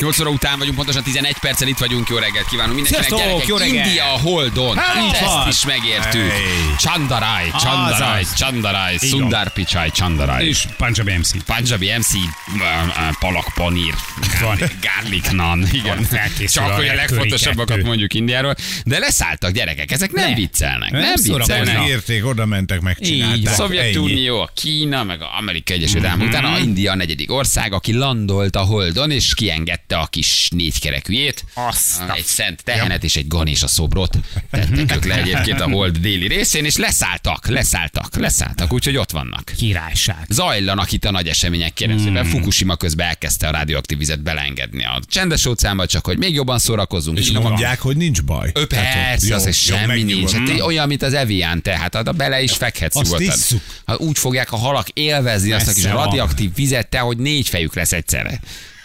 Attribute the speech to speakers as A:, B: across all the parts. A: 8 óra után vagyunk, pontosan 11 perccel itt vagyunk. Jó reggelt kívánunk mindenkinek.
B: Sziasztok,
A: gyerekek,
B: jó reggelt!
A: India a holdon.
B: Hello,
A: Itt ezt
B: Fad!
A: is megértük.
B: Hey.
A: Csandarai, Csandarai,
B: Azaz.
A: Csandarai,
B: Így
A: Sundar Pichai, Csandarai.
B: És Punjabi MC.
A: Punjabi MC, uh, uh, palak panír,
B: Van.
A: garlic naan, igen.
B: felkészül
A: Csak
B: a
A: hogy a
B: reggeli
A: legfontosabbakat
B: kettő.
A: mondjuk Indiáról, de leszálltak gyerekek, ezek nem
B: Ne.
A: viccelnek, nem,
B: Nem szórakoznak.
A: viccelnek.
C: Megérték, oda mentek,
B: Így van.
C: megcsinálták. Ennyi.
A: Szovjetunió, Kína, meg a Amerika Egyesült Államok után a India a negyedik ország, aki landolt a Holdon, és kiengedte a kis négykerekűjét.
B: Azt a
A: Egy szent tehenet és egy ganés a szobrot tettek ők le egyébként a Hold déli részén, és leszálltak, leszálltak, leszálltak, úgyhogy ott vannak.
B: királyság.
A: Zajlanak itt a nagy események keresztül. Fukushima közben elkezdte a radioaktív vizet belengedni a csendes óceánba, csak hogy még jobban szórakozunk.
C: És
A: finoman.
C: mondják, Hát, hogy nincs baj.
A: Ö, Persze,
C: jó,
A: az egy
C: jó,
A: semmi nincs.
C: megnyugodom.
A: Hát így olyan, mint az Evian, tehát oda bele is fekhetsz
C: Azt
A: nyugodtan.
C: isszuk.
A: Hát úgy fogják a halak élvezni azt a kis
B: Messze van.
A: radioaktív vizet, te, hogy négy fejük lesz egyszerre.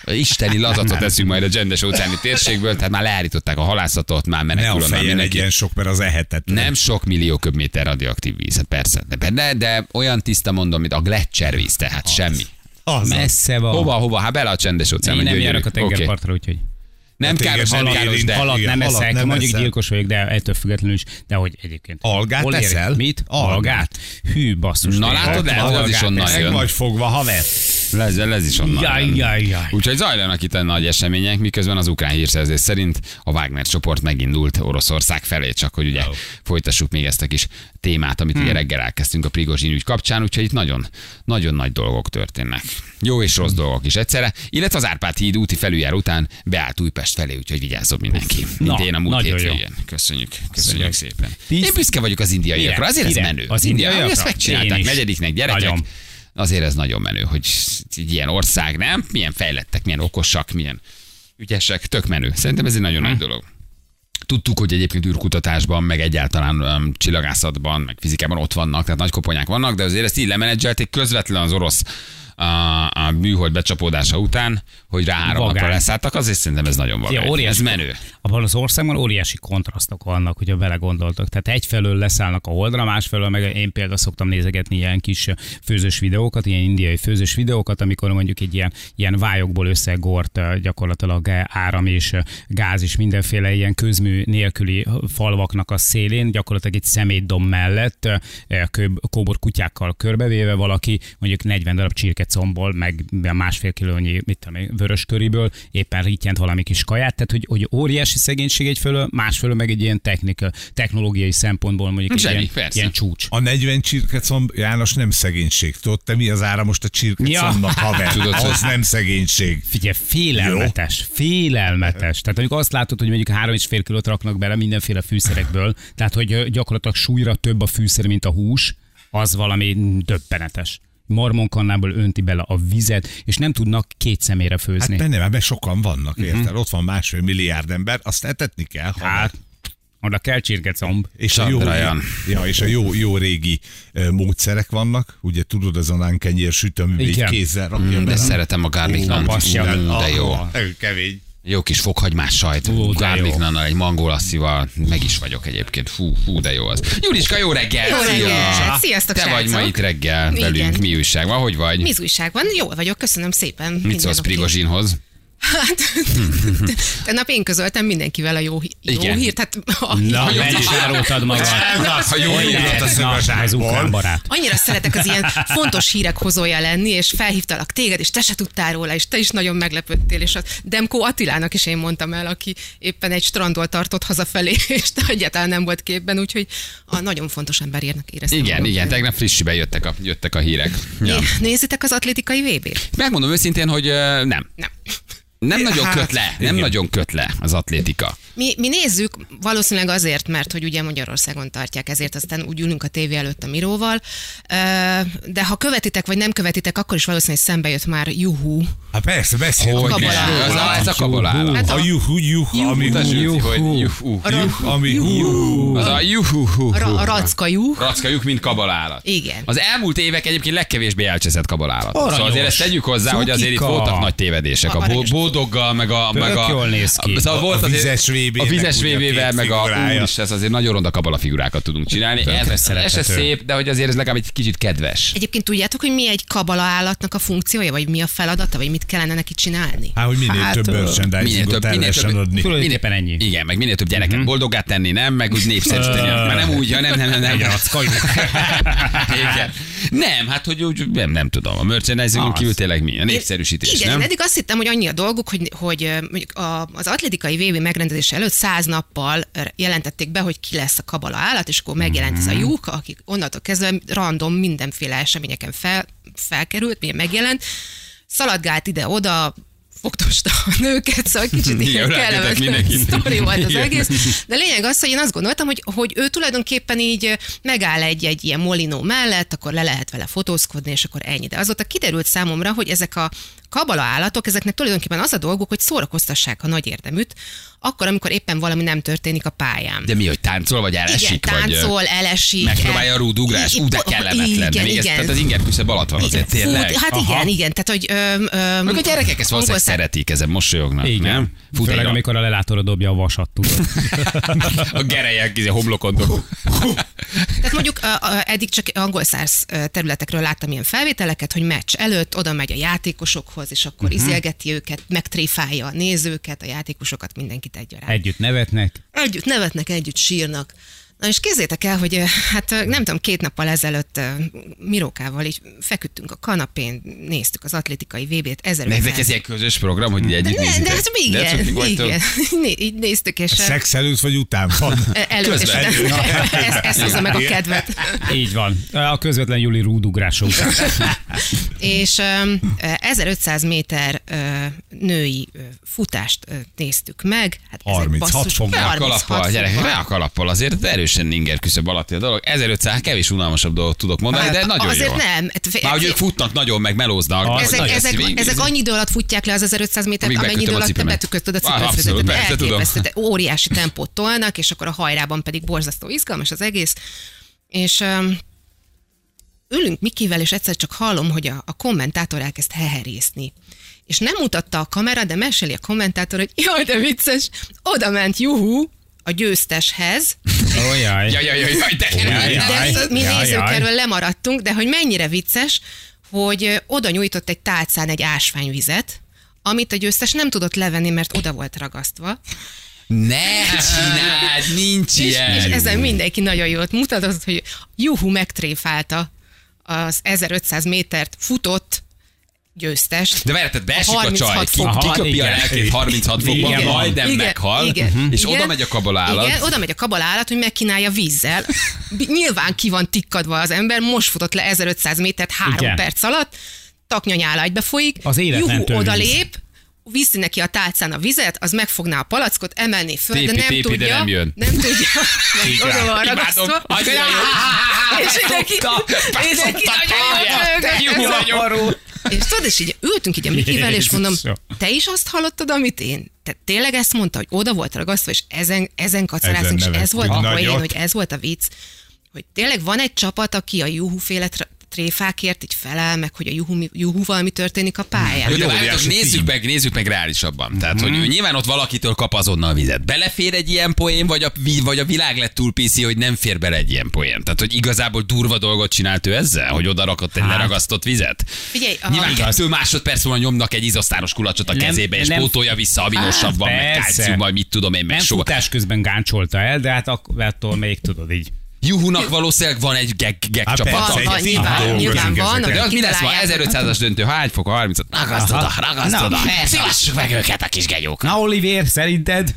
A: Isteni lazacot eszünk majd a csendes óceáni térségből, tehát már leállították a halászatot, már
C: Ne a
A: menekül onnan
C: feje
A: mindenki.
C: legyen sok, mert az ehetetlen.
A: Nem sok millió köbméter radioaktív víz, hát persze. De, de, de olyan tiszta mondom, mint a gletszervíz, tehát semmi.
C: Az.
B: Messze van.
A: Hova, hova, hát bele a csendes óceánba.
B: Én nem
A: gyönyörű.
B: járok
A: Oké.
B: a tengerpartra, úgyhogy
A: Nem
C: A téged
A: káros, nem
C: nem
A: káros,
C: érint.
A: de...
B: halat
C: igen,
B: nem
C: halat
B: eszek,
C: nem
B: mondjuk
C: eszel.
B: gyilkos vagyok, de ettől függetlenül is, de hogy egyébként.
C: Algát
B: Hol érek?
C: eszel?
B: Mit?
C: Algát.
B: Algát. Hű, basszus.
A: Na,
B: tényleg.
A: látod, lehet, hogy az is
B: Algát
A: onnan
B: eszek.
A: jön.
C: Meg vagy fogva, haver.
A: Ez, ez is onnan.
B: Jaj,
A: jön.
B: jaj, jaj.
A: Úgyhogy zajlanak itt a nagy események, miközben az ukrán hírszerzés szerint a Wagner csoport megindult Oroszország felé, csak hogy ugye folytassuk még ezt a kis témát, amit
B: Hmm.
A: ugye reggel elkezdtünk a Prigozsin ügy kapcsán, úgyhogy itt nagyon, nagyon nagy dolgok történnek. Jó és
B: Hmm.
A: rossz dolgok is egyszerre, illetve az Árpád híd úti felüljár után beállt Újpest felé, úgyhogy vigyázzon mindenki. Mint
B: Na,
A: én a múlt
B: nagyon jó.
A: hétvégén. Köszönjük, köszönjük
B: öreg.
A: szépen.
B: Tíz-
A: Én büszke vagyok az indiaiakra,
B: Mire?
A: azért ez
B: Mire?
A: menő.
B: Az
A: indiaiak ezt
B: indiaiakra? Én
A: megcsinálták
B: is.
A: negyediknek gyerekek.
B: Nagyon.
A: Azért ez nagyon menő, hogy egy ilyen ország, nem? Milyen fejlettek, milyen okosak, milyen ügyesek, tök menő. Szerintem ez egy nagyon
B: Mhm.
A: nagy dolog. Tudtuk, hogy egyébként űrkutatásban, meg egyáltalán um, csillagászatban, meg fizikában ott vannak, tehát nagy koponyák vannak, de azért ezt így lemenedzselték közvetlen az orosz a, a műhold becsapódása után, hogy rá három
B: Vagány.
A: napra leszálltak, azért szerintem ez nagyon
B: Ja,
A: vagány.
B: óriási,
A: ez menő.
B: Abban az országban óriási kontrasztok vannak, hogyha vele gondoltok. Tehát egyfelől leszállnak a holdra, másfelől meg én például szoktam nézegetni ilyen kis főzős videókat, ilyen indiai főzős videókat, amikor mondjuk egy ilyen, ilyen vályokból összegort ö, gyakorlatilag ö, áram és ö, gáz és mindenféle ilyen közmű nélküli falvaknak a szélén, gyakorlatilag egy szemétdom mellett ö, ö, kőb- kóbor kutyákkal körbevéve valaki mondjuk 40 darab csirkecomból, meg másfél kilónyi, mit tudom én, vörös köriből éppen rityent valami kis kaját, tehát hogy, hogy óriási szegénység egyfelől, másfelől meg egy ilyen technika, technológiai szempontból mondjuk egy
A: Zseni,
B: ilyen,
A: persze.
B: ilyen csúcs.
C: A 40 csirkecomb, János nem szegénység. Tudod te mi az ára most a csirkecombnak,
B: Ja.
C: haver?
A: Tudod,
C: Az nem szegénység.
B: Figyelj, félelmetes, félelmetes. Tehát amikor azt látod, hogy mondjuk három és fél kilót raknak bele mindenféle fűszerekből, tehát hogy ö, gyakorlatilag súlyra több a fűszer, mint a hús, az valami döbbenetes. Marmonkannából önti bele a vizet, és nem tudnak két szemére főzni.
C: Hát benne már, mert sokan vannak, érted? Ott van másfél milliárd ember, azt etetni kell. haver.
B: Hát, oda kell csirkecomb.
C: És a, jó,
A: Chandrayaan.
C: ja, és a jó, jó régi ö, módszerek vannak, ugye tudod, ez a nánkenyér sütöm, így
B: Igen.
C: kézzel rakja
A: De
C: bele.
A: szeretem a garlic
B: Ó,
A: naan.
B: passzia.
A: Mm, De jó.
C: Ah, Kemény.
A: Jó kis fokhagymás sajt,
B: Ú, de
A: garlic
B: jó.
A: nannal, egy mangolasszival, meg is vagyok egyébként. Hú, hú, de jó az. Juliska, jó reggel!
D: Jó
A: Szia!
D: reggelt! Sziasztok,
A: Te vagy
D: srácok!
A: ma itt reggel velünk,
D: Igen.
A: mi újság van, hogy vagy?
D: Mi az újságban? Jól vagyok, köszönöm szépen.
A: Mit
D: Minden
A: szólsz
D: oké.
A: Prigozsinhoz?
D: Hát, tegnap én közöltem mindenkivel a jó, hí- jó
A: Igen.
D: hírt. Hát, a,
B: Na,
D: jó-
B: megzsároltad magad.
A: Ha jó
B: Hogy
A: indult a
B: lehet? Na,
A: szögazsák.
B: Ez ukrán barát.
D: Annyira szeretek az ilyen fontos hírek hozója lenni, és felhívtalak téged, és te se tudtál róla, és te is nagyon meglepődtél, és a Demko Attilának is én mondtam el, aki éppen egy strandol tartott hazafelé, és te egyáltalán nem volt képben, úgyhogy a nagyon fontos emberérnek éreztem.
A: Igen,
D: magam.
A: igen, tegnap frissibe jöttek a, jöttek a hírek. Ja.
D: Né- Nézitek az atlétikai VB-t?
A: Megmondom őszintén, hogy ö, nem.
D: Nem.
A: Nem nagyon köt le, nem nagyon köt le az atlétika.
D: Mi, mi nézzük valószínűleg azért, mert hogy ugye Magyarországon tartják, ezért aztán úgy ülünk a tévé előtt a Miróval, Ö, de ha követitek vagy nem követitek, akkor is valószínűleg szembe jött már Juhu.
C: Hát persze, beszélünk.
A: Hogy
D: Kabalá.
A: nem. Az a- Ez a kabalá.
D: Hát
C: A
D: a,
C: juhu, juhu, ami
A: Mutasd,
C: hú,
A: Zsuzsi, hogy juhu.
D: a, ra,
C: ami hú.
A: Az a juhu.
D: a, ra, a racka Juh.
A: Rackajuk, mint kabalállat.
D: Igen.
A: Az elmúlt évek egyébként legkevésbé elcseszett kabalállat.
B: Aranyos.
A: Szóval azért ezt tegyük hozzá, hogy azért itt
B: Cukika.
A: voltak nagy tévedések. A bó-
D: Aranyos.
A: bódoggal, meg a... Meg a
B: Tök jól néz ki.
A: Szóval volt
C: A
A: azért...
C: vizes VB.
A: a vizes VB-vel, meg a úr is, ez azért nagyon ronda kabala figurákat tudunk csinálni. Ez, ez, ez se
B: szerethető.
A: szép, de hogy azért ez legalább egy kicsit kedves.
D: Egyébként tudjátok, hogy mi egy kabala állatnak a funkciója, vagy mi a feladata, vagy mit kellene neki csinálni?
C: Hát, hogy minél
E: Hát,
C: több
E: ö,
A: minél több-
C: merchandising-ot el
A: minél
C: lehessen
A: több-
C: adni.
B: Tulajdonképpen ennyi.
A: Igen, meg minél több gyereket
B: Mhm.
A: uh-huh. boldogá tenni, nem, meg úgy népszerűsíteni. Már nem úgy, ja, nem, nem, nem, nem. Igen. Nem, hát hogy úgy, nem, nem tudom. A merchandising kívül tényleg mi? A népszerűsítés,
D: Igen,
A: nem?
D: én eddig azt hittem, hogy annyi a dolguk, hogy, hogy ö, mondjuk a, az atlétikai VB megrendezése előtt száz nappal ö, jelentették be, hogy ki lesz a kabala állat, és akkor megjelent
A: Mhm.
D: ez a lyuk, aki onnantól kezdve random mindenféle eseményeken fel, felkerült, milyen megjelent, szaladgált ide-oda, fogtosta a nőket, szóval kicsit
A: Igen,
D: ilyen
A: rákötött
D: kellemetlen
A: mindenkit.
D: sztori volt az
A: Igen.
D: egész. De lényeg az, hogy én azt gondoltam, hogy, hogy ő tulajdonképpen így megáll egy-egy ilyen molinó mellett, akkor le lehet vele fotózkodni, és akkor ennyi. De azóta kiderült számomra, hogy ezek a kabala állatok, ezeknek tulajdonképpen az a dolguk, hogy szórakoztassák a nagy érdeműt, akkor, amikor éppen valami nem történik a pályán.
A: De mi, hogy táncol, vagy
D: igen,
A: elesik, vagy...
D: táncol, elesik.
A: Megpróbálja
D: el-
A: a rúdugrás,
D: I-
A: ú, de
D: po-
A: kellemetlen.
D: Igen,
A: Még ez-
D: igen.
A: Tehát az inger küszöb alatt van azért,
D: Fú,
A: tényleg.
D: Hát
A: Aha.
D: igen, igen. Tehát, hogy... Öm, öm,
A: Meg a gyerekek ezt valószínűleg
D: angol szá-
A: szeretik, ezen mosolyognak,
B: Igen.
A: Hát nem? Fut
B: Főleg,
A: egy amikor...
B: amikor a lelátóra dobja a vasat, tudod.
A: a gerelyek izé, homlokon dob.
D: Tehát mondjuk ö, ö, eddig csak angol száz területekről láttam ilyen felvételeket, hogy meccs előtt oda megy a játékosokhoz, és akkor uh-huh. izélgeti őket, megtréfálja a nézőket, a játékosokat, mindenkit egyaránt. Egy.
B: Együtt nevetnek.
D: Együtt nevetnek, együtt sírnak. Na és kézzétek el, hogy ö, hát ö, nem tudom, két nappal ezelőtt ö, Mirókával így feküdtünk a kanapén, néztük az atlétikai VB-t.
A: Ezek ez ilyen közös program, hogy így együtt
D: ne,
A: nézitek.
D: de hát igen,
A: cuki vagytok?
D: igen. Né- Így néztük, és ö,
C: Szex előtt vagy után van?
D: előtt, és
A: közben.
D: utána- ez, ez hozza meg a kedvet.
B: Így van. A közvetlen Juli rúdugrása után.
D: és öm, ö, 1500 méter ö, női ö, futást ö, néztük meg. Hát ezek
C: 36
D: basszus-
C: fokban.
A: Rá a
D: 36
A: kalappal, gyerekek,
D: fokban.
A: rá a kalappal, azért erősen inger küszöb alatti a dolog. 1500 kevés unalmasabb dolgot tudok mondani,
D: Hát,
A: de nagyon
D: azért
A: jó.
D: nem. Hát fe-
A: Már hogy ők futnak nagyon, meg melóznak. hogy
D: Ezek,
A: nagy lesz
D: ezek,
A: végig.
D: ezek annyi idő alatt futják le az 1500 métert,
A: Amíg
D: amennyi idő
A: megkötöm a
D: alatt te
A: cipemet.
D: betükötted a
A: Ah, abszolút,
D: cipőfőzetet.
A: persze, tudom.
D: Elképesztő, de óriási tempót tolnak, és akkor a hajrában pedig borzasztó izgalmas az egész. És öm, ülünk Mikivel, és egyszer csak hallom, hogy a, a kommentátor elkezd heherészni. És nem mutatta a kamera, de meséli a kommentátor, hogy jaj, de vicces, oda ment juhu a győzteshez,
B: Oh, jaj.
A: Jaj, jaj, jaj, jaj, de
B: jaj.
D: de
A: jaj.
D: mi, mi
B: jaj,
D: nézők
B: jaj.
D: erről lemaradtunk, de hogy mennyire vicces, hogy ö, oda nyújtott egy tálcán egy ásványvizet, amit a győztes nem tudott levenni, mert oda volt ragasztva.
A: Ne csináld, nincs
D: És,
A: ilyen.
D: és ezen mindenki nagyon jót mutatott, hogy juhu megtréfálta az 1500 métert futott győztest.
A: De várj, tehát beesik a,
D: 36
A: csaj, ki,
D: fokban.
A: kiköpi a
B: Igen.
A: lelkét 36 fokban,
B: Igen.
A: majdnem
D: Igen,
A: meghal,
D: igen,
A: Mhm. és
D: igen.
A: oda megy a kabalállat.
D: Igen, oda megy a kabalállat, hogy megkínálja vízzel. Bi- Nyilván ki van tikkadva az ember, most futott le 1500 métert három
B: Igen.
D: Igen. perc alatt, taknyanyála egybefolyik,
B: Az élet nem
D: juhu,
B: tör víz.
D: odalép, viszi neki a tálcán a vizet, az megfogná a palackot, emelné föl,
A: Tépi,
D: de nem
A: tépi, de
D: tudja.
A: nem jön.
D: Nem tudja. Meg oda van ragasztva.
A: Annyira jó.
D: És mindenki, mindenki nagyon jót
A: Te
D: röhög.
A: jó
D: Ez a-
A: vagyok.
D: és tudod, és így ültünk így a Mikivel, és mondom,
B: Jézusom.
D: te is azt hallottad, amit én? Te tényleg ezt mondta, hogy oda volt ragasztva, és ezen, ezen
C: Ezen
D: kacaráztunk, és ez
C: nevettünk
D: volt a poén,
C: nagyot.
D: hogy ez volt a vicc, hogy tényleg van egy csapat, aki a juhúféle tr- tréfákért így felel, meg hogy a juhu, mi- juhúval mi történik a pályán.
A: Jó, de
C: óriási
A: várjatok, nézzük meg, nézzük meg reálisabban. Tehát, hogy ő nyilván ott valakitől kap azonnal vizet. Belefér egy ilyen poén, vagy a, vi- vagy a világ lett túl piszi, hogy nem fér bele egy ilyen poén. Tehát, hogy igazából durva dolgot csinált ő ezzel, hogy oda rakott egy leragasztott vizet.
D: Figyelj, a-
A: nyilván kettő másodperc múlva nyomnak egy izosztáros kulacsot a
B: Nem-
A: kezébe, és
B: nem-
A: pótolja vissza, aminosabban,
B: Hát,
A: meg
B: persze.
A: kálcium, vagy mit tudom én, meg
B: Nem
A: soha.
B: futás közben gáncsolta el, de hát ak- attól még tudod így.
A: Juhunak valószínűleg van egy geg, geg
C: Hát
A: csapata.
C: persze,
D: Van,
C: egy
D: van,
C: team dolgozunk
D: nyilván, nyilván van.
C: ezeken.
A: De az
D: akik
A: mi lesz ma?
D: kitalálják.
A: 1500-as döntő, hány fok? 30 Ragaszt oda, ragaszt oda. Szivassuk meg őket a kis gegyók.
B: Na, Oliver, szerinted?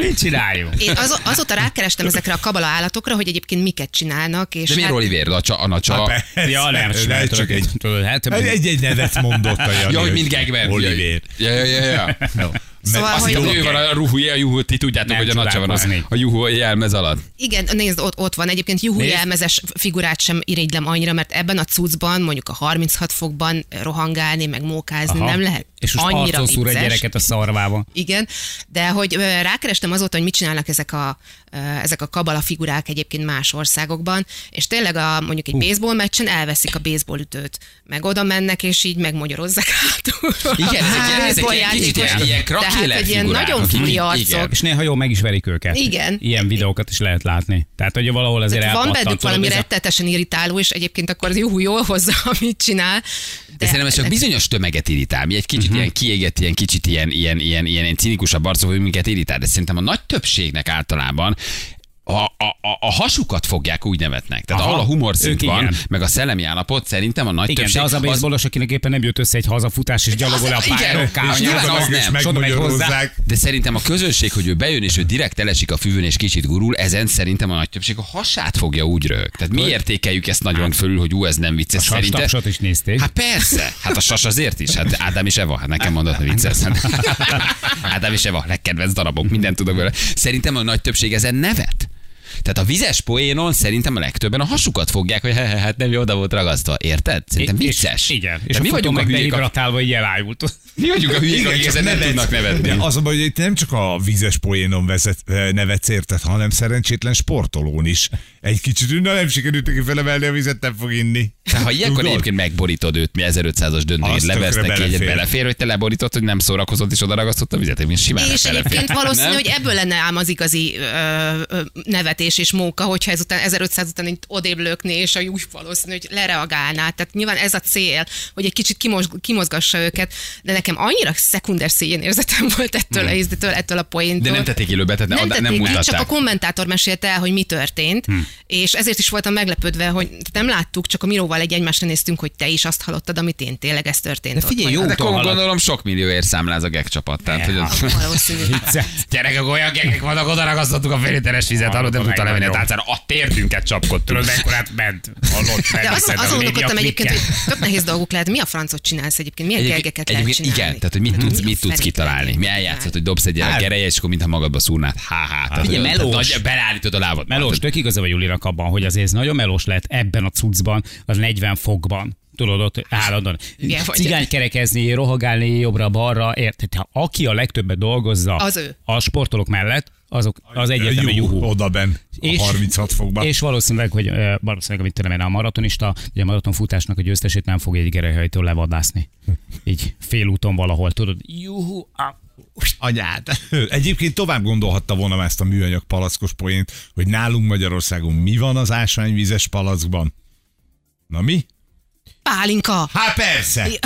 B: Mit csináljunk?
D: Én az, azóta rákerestem ezekre a kabala állatokra, hogy egyébként miket csinálnak, és
A: De miért
D: hát,
A: Oliver? A csa, a na csa.
C: Persze,
B: Ja, nem,
C: lehet
B: csináltam.
C: csak egy,
B: Tudod, hát,
C: egy, egy nevet mondott a Jani.
A: Ja, hogy mind gegben.
C: Olivér.
A: Ja, ja, ja, ja.
D: Szóval,
A: Azt
D: hogy-
A: hittem, hogy ő van a ruhu, a juhu, ti tudjátok,
B: Nem
A: hogy a nacsa van a,
B: csodálkozni.
A: a juhu jelmez alatt.
D: Igen, nézd, ott, ott van. Egyébként juhu
B: Nézd.
D: jelmezes figurát sem irigylem annyira, mert ebben a cuccban, mondjuk a 36 fokban rohangálni, meg mókázni nem lehet
B: És most
D: annyira
B: arcon szúr egy
D: vicces.
B: gyereket a szarvába.
D: Igen, de hogy ö, rákerestem azóta, hogy mit csinálnak ezek a, ö, ezek a kabala figurák egyébként más országokban, és tényleg a, mondjuk egy baseball meccsen elveszik a baseball ütőt, meg oda mennek, és így megmagyarozzák hátul.
A: Igen, ezek ilyen- ezek ilyen kicsit ilyen- ilyen
D: Tehát, hogy ilyen
A: figurák,
D: nagyon
A: akik-
D: furi
A: igen.
D: arcok.
B: És néha jó, meg is verik őket.
D: Igen.
B: Ilyen videókat is lehet látni. Tehát, hogy valahol azért
D: Tehát van
B: elpattan,
D: bennük
B: tudod,
D: valami
B: ez a-
D: rettetesen irritáló, és egyébként akkor az jó, jól hozza, amit csinál.
A: De szerintem ez csak
D: ennek-
A: bizonyos tömeget irritál. Mi egy kicsit
B: Mhm.
A: uh-huh. ilyen kiégett, ilyen kicsit ilyen, ilyen, ilyen, ilyen, ilyen cinikusabb arcok, hogy minket irritál. De szerintem a nagy többségnek általában a, a, a, a hasukat fogják, úgy nevetnek. Tehát
B: Aha.
A: ahol a humorszint
B: Ők
A: van,
B: igen.
A: meg a szellemi állapot, szerintem a nagy
B: Igen,
A: többség
B: de az a baseballos, akinek éppen nem jött össze egy hazafutás, és gyalogol a
A: igen,
B: pályára.
A: és nyilván az nem.
C: és
A: És
C: megmagyarozzák.
A: De szerintem a közönség, hogy ő bejön és ő direkt elesik a füvön és kicsit gurul, ezen szerintem a nagy többség a hasát fogja úgy röhög. Tehát mi értékeljük ezt nagyon fölül, hogy ú, ez nem vicces.
B: Hát- A
A: Szerintem...
B: sastapsot is nézték.
A: Hát persze, hát a sas azért is, hát Ádám és Eva, hát nekem mondott, hogy vicces. Ádám és Eva, legkedvenc darabok, mindent tudok belőle. Szerintem a nagy többség ezen nevet. Tehát a vizes poénon szerintem a legtöbben a hasukat fogják, hogy "He, he, hát nem jó, oda volt ragasztva. Érted? Szerintem
B: És-
A: vicces.
B: Igen.
A: De
B: És
A: mi vagyunk a hülyék, a-
B: behidratálva, így elájult.
A: mi vagyunk a hülyék, akik
C: csak
A: ezen nem
C: nevetsz.
A: tudnak nevetni.
C: De az a baj, hogy itt nem csak a vízes poénon vezet, eh, nevetsz érted, hanem szerencsétlen sportolón is. Egy kicsit, na nem sikerült neki felemelni a vizet, nem fog inni.
A: Tehát ha ilyenkor
C: Tudod?
A: egyébként megborítod őt, mi 1500-as döntőjét
C: Azt tökre
A: leveznek ki, egyet
C: belefér.
A: belefér, hogy te leborítod, hogy nem szórakozott és odaragasztott a vizet, én simán
D: És
A: belefér.
D: egyébként valószínű,
A: Nem?
D: hogy ebből lenne ám az igazi ö, ö, nevetés és móka, hogyha ezután 1500 után itt odébb lökné, és a úgy valószínű, hogy lereagálná. Tehát nyilván ez a cél, hogy egy kicsit kimozg, kimozgassa őket, de nekem annyira szekunder szégyen érzetem volt ettől, a, ettől, ettől a
A: De
D: poéntól.
A: nem tették élőbe, tehát nem, nem, nem
D: tették ki,
A: mutatták. Hm.
D: csak a kommentátor mesélte el, hogy mi történt, hmm. és ezért is voltam meglepődve, hogy nem láttuk, csak a Miróval egy egymásra néztünk, hogy te is azt hallottad, amit én tényleg ez történt.
B: De
D: ott
B: figyelj,
D: majd.
B: jó
A: De
B: úton
A: akkor
B: halad.
A: gondolom sok millióért számláz a geg csapat. Tehát, hogy az...
D: Valószínű.
A: Gyerekek, olyan gegek vannak, oda ragasztottuk a féliteres vizet, hallod, nem tudta levenni a tálcára. A térdünket csapkodtunk.
B: Tudod, mekkorát ment. Hallott,
D: De
B: megviszed a
D: azon, azon
B: média
D: gondolkodtam egyébként,
B: klikket.
D: hogy tök nehéz dolgok lehet. Mi a francot csinálsz egyébként? Milyen
A: Egyébként-
D: gergeket lehet
A: egyébként
D: csinálni? Hát,
A: Igen, tehát hogy mit tudsz,
D: Mi
A: mit
D: a
A: tudsz
D: fenét
A: kitalálni.
D: lehet
A: Mi
D: csinálni?
A: eljátszod, hogy dobsz egy gyerek
B: Hát.
A: gereje, és akkor mintha magadba szúrnád. Há, há. Tehát,
B: Figyelj,
A: hogy-
B: melós.
A: Nagy- Belállítod a lábad.
B: Melós, tök igaza vagy Julinak abban, hogy azért ez nagyon melós lehet ebben a cuccban, az 40 fokban. Tudod, ott állandóan
D: Igen, vagy-
B: cigány kerekezni, rohagálni jobbra-balra, érted? Ha aki a legtöbbet dolgozza
D: Az ő.
B: a sportolók mellett, azok, az egyértelmű juhú.
C: Oda ben, a 36 fokban.
B: És valószínűleg, hogy ö, valószínűleg, amit tudom én, a maratonista, ugye a maratonfutásnak a győztesét nem fog egy gerejhajtól levadászni. Így félúton valahol, tudod, juhu, á,
C: anyád. Egyébként tovább gondolhatta volna ezt a műanyag palackos poént, hogy nálunk Magyarországon mi van az ásványvízes palackban. Na mi?
D: Pálinka!
C: Há persze!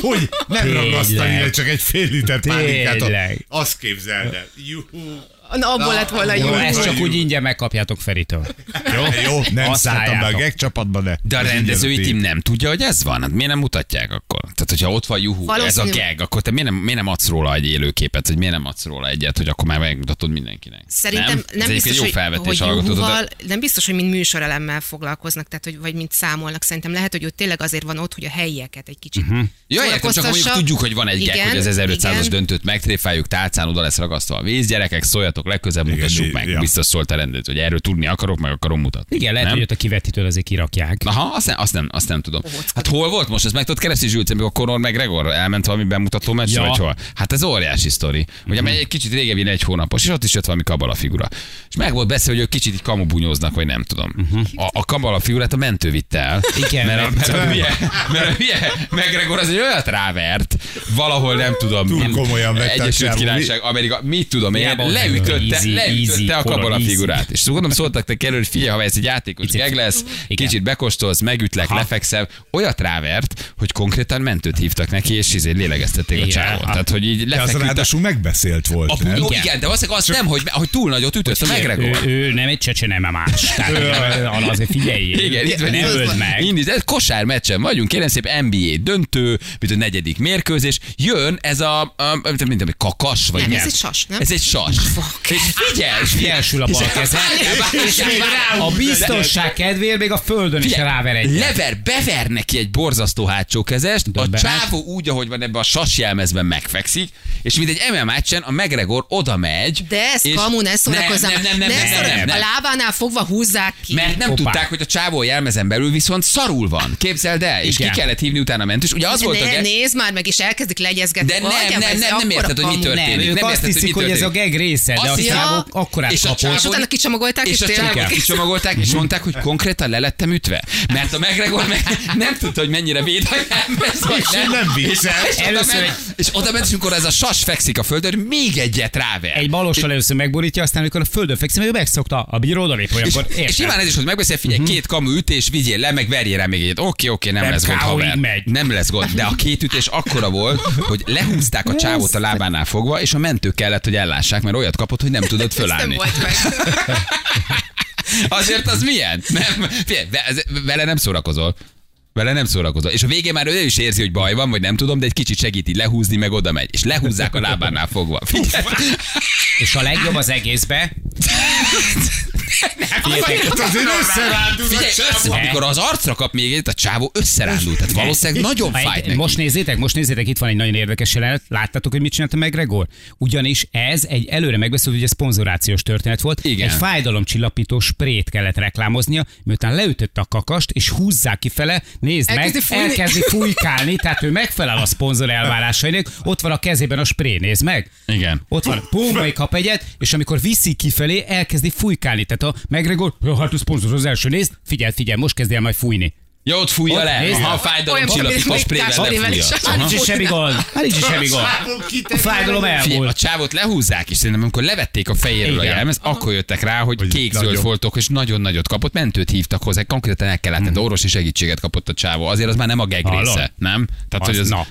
C: Hogy nem ragasztani le csak egy fél liter pálinkát.
B: Tényleg.
C: Azt képzeld el. Juhú.
D: Na, abból lett volna jó.
B: jó, ezt
C: vagy
B: csak
C: jó.
B: úgy ingyen megkapjátok Feritől.
C: Jó, jó nem
B: Azt
C: szálltam be a
B: álljátok.
C: geg csapatba, de...
A: De a
C: ez
A: rendezői
C: ingyen a
A: tím
C: tiéd.
A: nem tudja, hogy ez van? Hát miért nem mutatják akkor? Tehát, hogyha ott van juhú, ez a
D: Valószínű.
A: geg, akkor te miért nem, miért nem adsz róla egy élőképet, hogy miért nem adsz róla egyet, hogy akkor már megmutatod mindenkinek?
D: Szerintem nem,
A: Ez egyébként
D: biztos,
A: jó
D: hogy,
A: felvetés,
D: hogy
A: hallgatod, de-
D: juhúval, nem biztos, hogy mint műsorelemmel foglalkoznak, tehát hogy, vagy mint számolnak. Szerintem lehet, hogy ő tényleg azért van ott, hogy a helyieket egy kicsit
A: Mhm. Ja, értem, csak mondjuk
D: szórakoztassa.
A: tudjuk, hogy van egy geg,
D: Igen,
A: hogy az 1500-as
D: igen.
A: döntőt megtréfáljuk, tálcán oda lesz ragasztva a víz, gyerekek, szóljatok legközebb, mutassuk
C: i-
A: meg.
C: ja.
A: Biztos szólt a rendőr, hogy erről tudni akarok, meg akarom mutatni.
B: Igen, lehet,
A: nem?
B: hogy ott a kivetítőt azért kirakják.
A: Aha, azt nem, azt nem, azt nem tudom. Hát hol volt most? Ez meg tudod keresni Zsülc, amikor Conor meg Gregor elment valami bemutató meccsre,
B: Ja. Mhm.
A: ja. vagy hol? Hát ez óriási sztori. Ugye mm-hmm. egy kicsit régebbi egy hónapos, és ott is jött valami kabala figura. És meg volt beszélve, hogy ők kicsit így kamubunyóznak, vagy nem tudom. A, a kabala figurát a mentő vitte el.
B: Mhm. Igen,
A: mert, a,
B: mert-
A: mert, a hülye, mert a hülye, meg Gregor az egy olyat rávert, valahol nem tudom.
C: Túl
A: nem-
C: komolyan vette a
A: Egyesült
C: csávó.
A: Királyság, Amerika, mit tudom én,
B: Hiába az
A: leütötte,
B: easy, easy,
A: leütötte a
B: Conor,
A: kabala
B: easy.
A: figurát. És gondolom szóltak te kerül, hogy figyelj, ha ez egy játékos
B: Picit.
A: geg lesz,
B: Igen.
A: kicsit bekóstolsz, megütlek,
B: Aha.
A: lefekszem. Olyat rávert, hogy konkrétan mentőt hívtak neki, és izé lélegeztették a
B: Igen.
A: csávót. Tehát, hogy így
C: De az
A: lefeküdt a
C: ráadásul megbeszélt volt,
A: a
C: nem?
A: bunyó, igen, de valószínűleg az nem, hogy, hogy túl nagyot ütött a
B: ő,
A: megregor.
B: ő, nem egy csecse, nem a más. Tehát azért figyelj,
A: Igen, itt van.
B: ne öld meg.
A: Mindig, ez kosár meccsen vagyunk, kérem szépen NBA döntő, mint a negyedik mérkőzés, jön ez a, a mint, mint, mint kakas, vagy
D: Nem, ez egy sas, nem?
A: Ez egy sas.
D: Fuck.
A: És figyelj, figyelj,
B: Elsül a bal keze. És még rá- A biztonság kedvéért még a földön is
A: Figyelj,
B: ráver egy.
A: Lever, bever neki egy borzasztó hátsó kezest, a
B: Döbbenet.
A: csávó úgy, ahogy van ebben a sas jelmezben megfekszik, és mint egy MMA meccsen a McGregor oda megy.
D: De ez
A: és-
D: kamu, ne szórakozzam.
A: Nem, nem, nem, nem,
D: ne
A: nem, nem, nem,
D: szórakozzam.
A: nem.
D: A lábánál fogva húzzák ki.
A: Mert nem
B: Hoppá.
A: tudták, hogy a csávó a jelmezen belül viszont szarul van. Képzeld el, és
B: Igen.
A: ki kellett hívni utána mentős. Ugye az volt a
D: ne,
A: geg-
D: nézd már meg, és elkezdik legyezgetni.
A: De nem,
D: Vagy,
A: nem,
D: ez
A: nem, nem
D: akkora
A: érted, hogy mi
D: kamu.
A: történik.
B: Ők
A: nem
B: azt
A: érted, hogy mi
B: hiszik, hogy ez a
A: történik.
B: geg része, de
A: de a
D: Szia.
A: csávok
B: akkor
A: és a
B: átkapod.
A: csávó-
D: És utána kicsomagolták, és,
A: és a
D: tényleg
A: csávok kicsomagolták, és mondták, hogy konkrétan lelettem ütve. Mert a McGregor meg nem tudta, hogy mennyire véd a embert, vagy nem.
C: nem viccel.
A: És oda
B: Először
A: ment-
B: egy-
A: És oda ment, és amikor ez a sas fekszik a földön, még egyet ráver.
B: Egy balossal először megborítja, aztán amikor a földön fekszik, meg ő megszokta, a bíró odalép
A: és,
B: olyankor.
A: és
B: érted?
A: nyilván ez is, hogy megbeszél, figyelj, két kamu ütés, vigyél le, meg verjél rá még egyet. Oké, oké, nem
B: Nem
A: lesz gond,
B: K.O.-ig
A: haver.
B: megy.
A: Nem lesz gond, de a két ütés akkora volt, hogy lehúzták a csávót a lábánál fogva, és a mentő kellett, hogy ellássák, mert olyat kapott, hogy nem tudott
D: ez nem
A: fölállni.
D: volt meg.
A: Azért az milyen? Nem, figyelj, ve- ez- vele nem szórakozol. Vele nem szórakozol. És a végén már ő is érzi, hogy baj van, vagy nem tudom, de egy kicsit segíti lehúzni, meg oda megy. És lehúzzák a lábánál fogva. Figyelj.
B: És a legjobb az egészbe,
C: Hát Azért összerándul
A: Figyelj, össze, amikor az arcra kap még egyet, a csávó összerándul. Tehát valószínűleg nagyon
B: Ha
A: fájt
B: egy-
A: neki.
B: Most nézzétek, most nézzétek, itt van egy nagyon érdekes jelenet. Láttátok, hogy mit csinálta meg Gregor? Ugyanis ez egy előre megbeszélt, hogy ez szponzorációs történet volt.
A: Igen.
B: Egy fájdalomcsillapító sprét kellett reklámoznia, miután leütötte a kakast, és húzzák kifele, nézd
D: Elkezdi
B: meg,
D: fújni.
B: elkezdi fújkálni, tehát ő megfelel a szponzor elvárásainak, ott van a kezében a spré, nézd meg.
A: Igen.
B: Ott van, pum, majd kap egyet, és amikor viszi kifelé, elkezdi fújkálni. Tehát a McGregor, "Jó, hát ő szponzor az első, nézd, figyelj, figyelj, most kezdj el majd fújni.
A: Jó, ott fújja
B: Ott
A: le,
B: nézd.
A: ha a
D: Olyan,
A: fájdalom
D: mint
A: csillapító
D: még
A: sprével
D: Kásparivel
A: lefújja.
D: is.
B: Hát nincs is semmi gond. Hát nincs is semmi gond. A fájdalom
A: Figyelj, a
B: elmúlt.
A: csávot lehúzzák, és szerintem amikor levették a fejéről a
B: Igen.
A: jelmezt, akkor jöttek rá, hogy kék-zöld
C: nagyon.
A: foltok, és nagyon nagyot kapott, mentőt hívtak hozzá, konkrétan el kellett, tehát orvosi segítséget kapott a csávó. Azért az már nem a geg
B: Hmm. Hallod?
A: része, nem? Tehát, hogy
B: Az,
A: az...
B: na.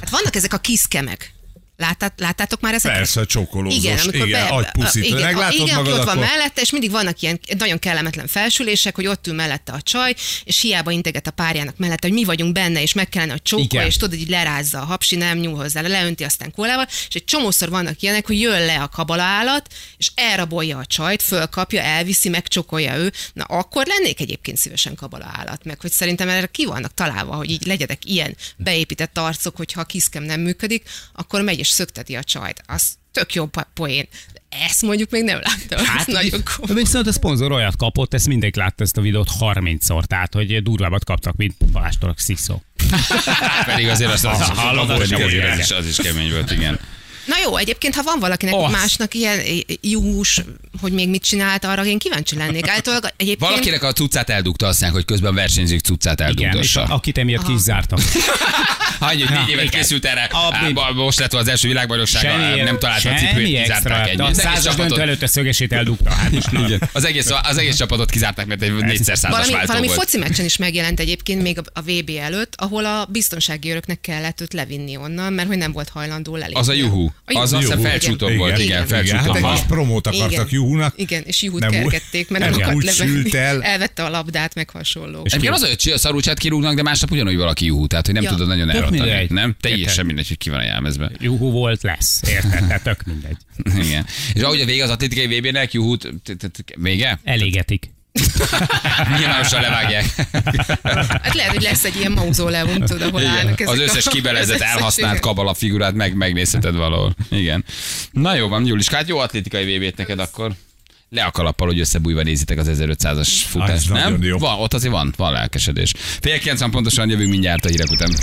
D: Hát vannak ezek a kiszkemek. Látát, láttátok már ezeket?
C: Persze, a csókolózós.
D: Igen, amikor
C: Igen,
D: be,
C: agypuszít.
D: igen,
C: Meglátod
D: igen, aki
C: magad,
D: ott van
C: akkor-
D: mellette, és mindig vannak ilyen nagyon kellemetlen felsülések, hogy ott ül mellette a csaj, és hiába integet a párjának mellette, hogy mi vagyunk benne, és meg kellene, hogy csókolja,
B: Igen.
D: és tudod, így lerázza a hapsi, nem nyúl hozzá, le, leönti aztán kólával, és egy csomószor vannak ilyenek, hogy jön le a kabala állat, és elrabolja a csajt, fölkapja, elviszi, megcsokolja ő. Na akkor lennék egyébként szívesen kabala állat, meg hogy szerintem erre ki vannak találva, hogy így legyenek ilyen beépített arcok, hogyha a kiszkem nem működik, akkor megy és szökteti a csajt. Az tök jó po- poén. Ezt mondjuk még nem láttam. Hát, ez nagyon komoly.
B: Viszont a szponzor olyat kapott, ezt mindenki látta ezt a videót 30-szor, tehát hogy durvábbat kaptak, mint Balázs Torok Sziszó.
A: Pedig azért az, az, az,
B: Hallod, az
A: az,
B: sem úgy
A: az,
B: érzem.
A: is- az is kemény volt, igen.
D: Na jó, egyébként, ha van valakinek
A: Azt.
D: oh. másnak ilyen eh, jús, hogy még mit csinált, arra én kíváncsi lennék. Általában egyébként...
A: Valakinek a cuccát eldugta, aztán, hogy közben versenyzik cuccát
B: Igen, és a-
A: eldugtassa.
B: akit emiatt kizártak.
A: Hány, hogy négy évet
B: igen.
A: készült erre.
B: A-
A: Á, ba- most lett az első világbajnokság,
B: Semmi,
A: á, nem találta a cipőt,
B: semmi
A: kizárták
B: extra.
A: egy.
B: A
A: Az egész
B: százas
A: csapatot-
B: döntő előtt a szögesét eldugta. Hát most na.
A: Igen. Az egész, az egész csapatot kizárták, mert egy négyszer százas
D: Valami,
A: váltó
D: valami
A: volt.
D: foci meccsen is megjelent egyébként még a, a VB előtt, ahol a biztonsági öröknek kellett őt levinni onnan, mert hogy nem volt hajlandó lelépni.
A: Az a juhu. Az azt hiszem
D: Igen.
A: felcsúton volt, igen,
D: Igen.
A: felcsúton
C: Hát egy kis
A: volt.
C: promót akartak Juhúnak.
D: Igen, és juhut
C: Nem úgy-
D: kergették, mert
C: nem
D: nem akart
C: úgy
D: levenni.
C: sült el.
D: Elvette a labdát, meg hasonló.
A: Egyébként az, hogy csi- szarúcsát kirúgnak, de másnap ugyanúgy valaki juhú, tehát hogy nem
D: Ja.
A: tudod nagyon
B: Tök
A: elrontani.
B: mindegy.
A: Nem? Teljesen
B: Érted.
A: mindegy, hogy ki van a jelmezben.
B: Juhu volt, lesz. Érted? Tehát tök mindegy.
A: Igen. És ahogy a vége az atlétikai VB-nek, juhút, t- t- t- vége?
B: Elégetik.
A: Nyilvánosan levágják.
D: Hát lehet, hogy lesz egy ilyen mauzóleum, tudod, ahol
A: Igen.
D: állnak ezek
A: Az összes
D: a-
A: kibelezett,
D: az összes-
A: elhasznált
D: igen.
A: kabala figurát meg, megnézheted valahol. Igen. Na jó van, Julis, hát jó atlétikai VB-t neked akkor. Le a kalappal, hogy összebújva nézitek az 1500-as futást,
C: nagyon
A: nem?
C: jó.
A: Van, ott azért van, van lelkesedés. Fél 90 pontosan jövünk mindjárt a hírek után.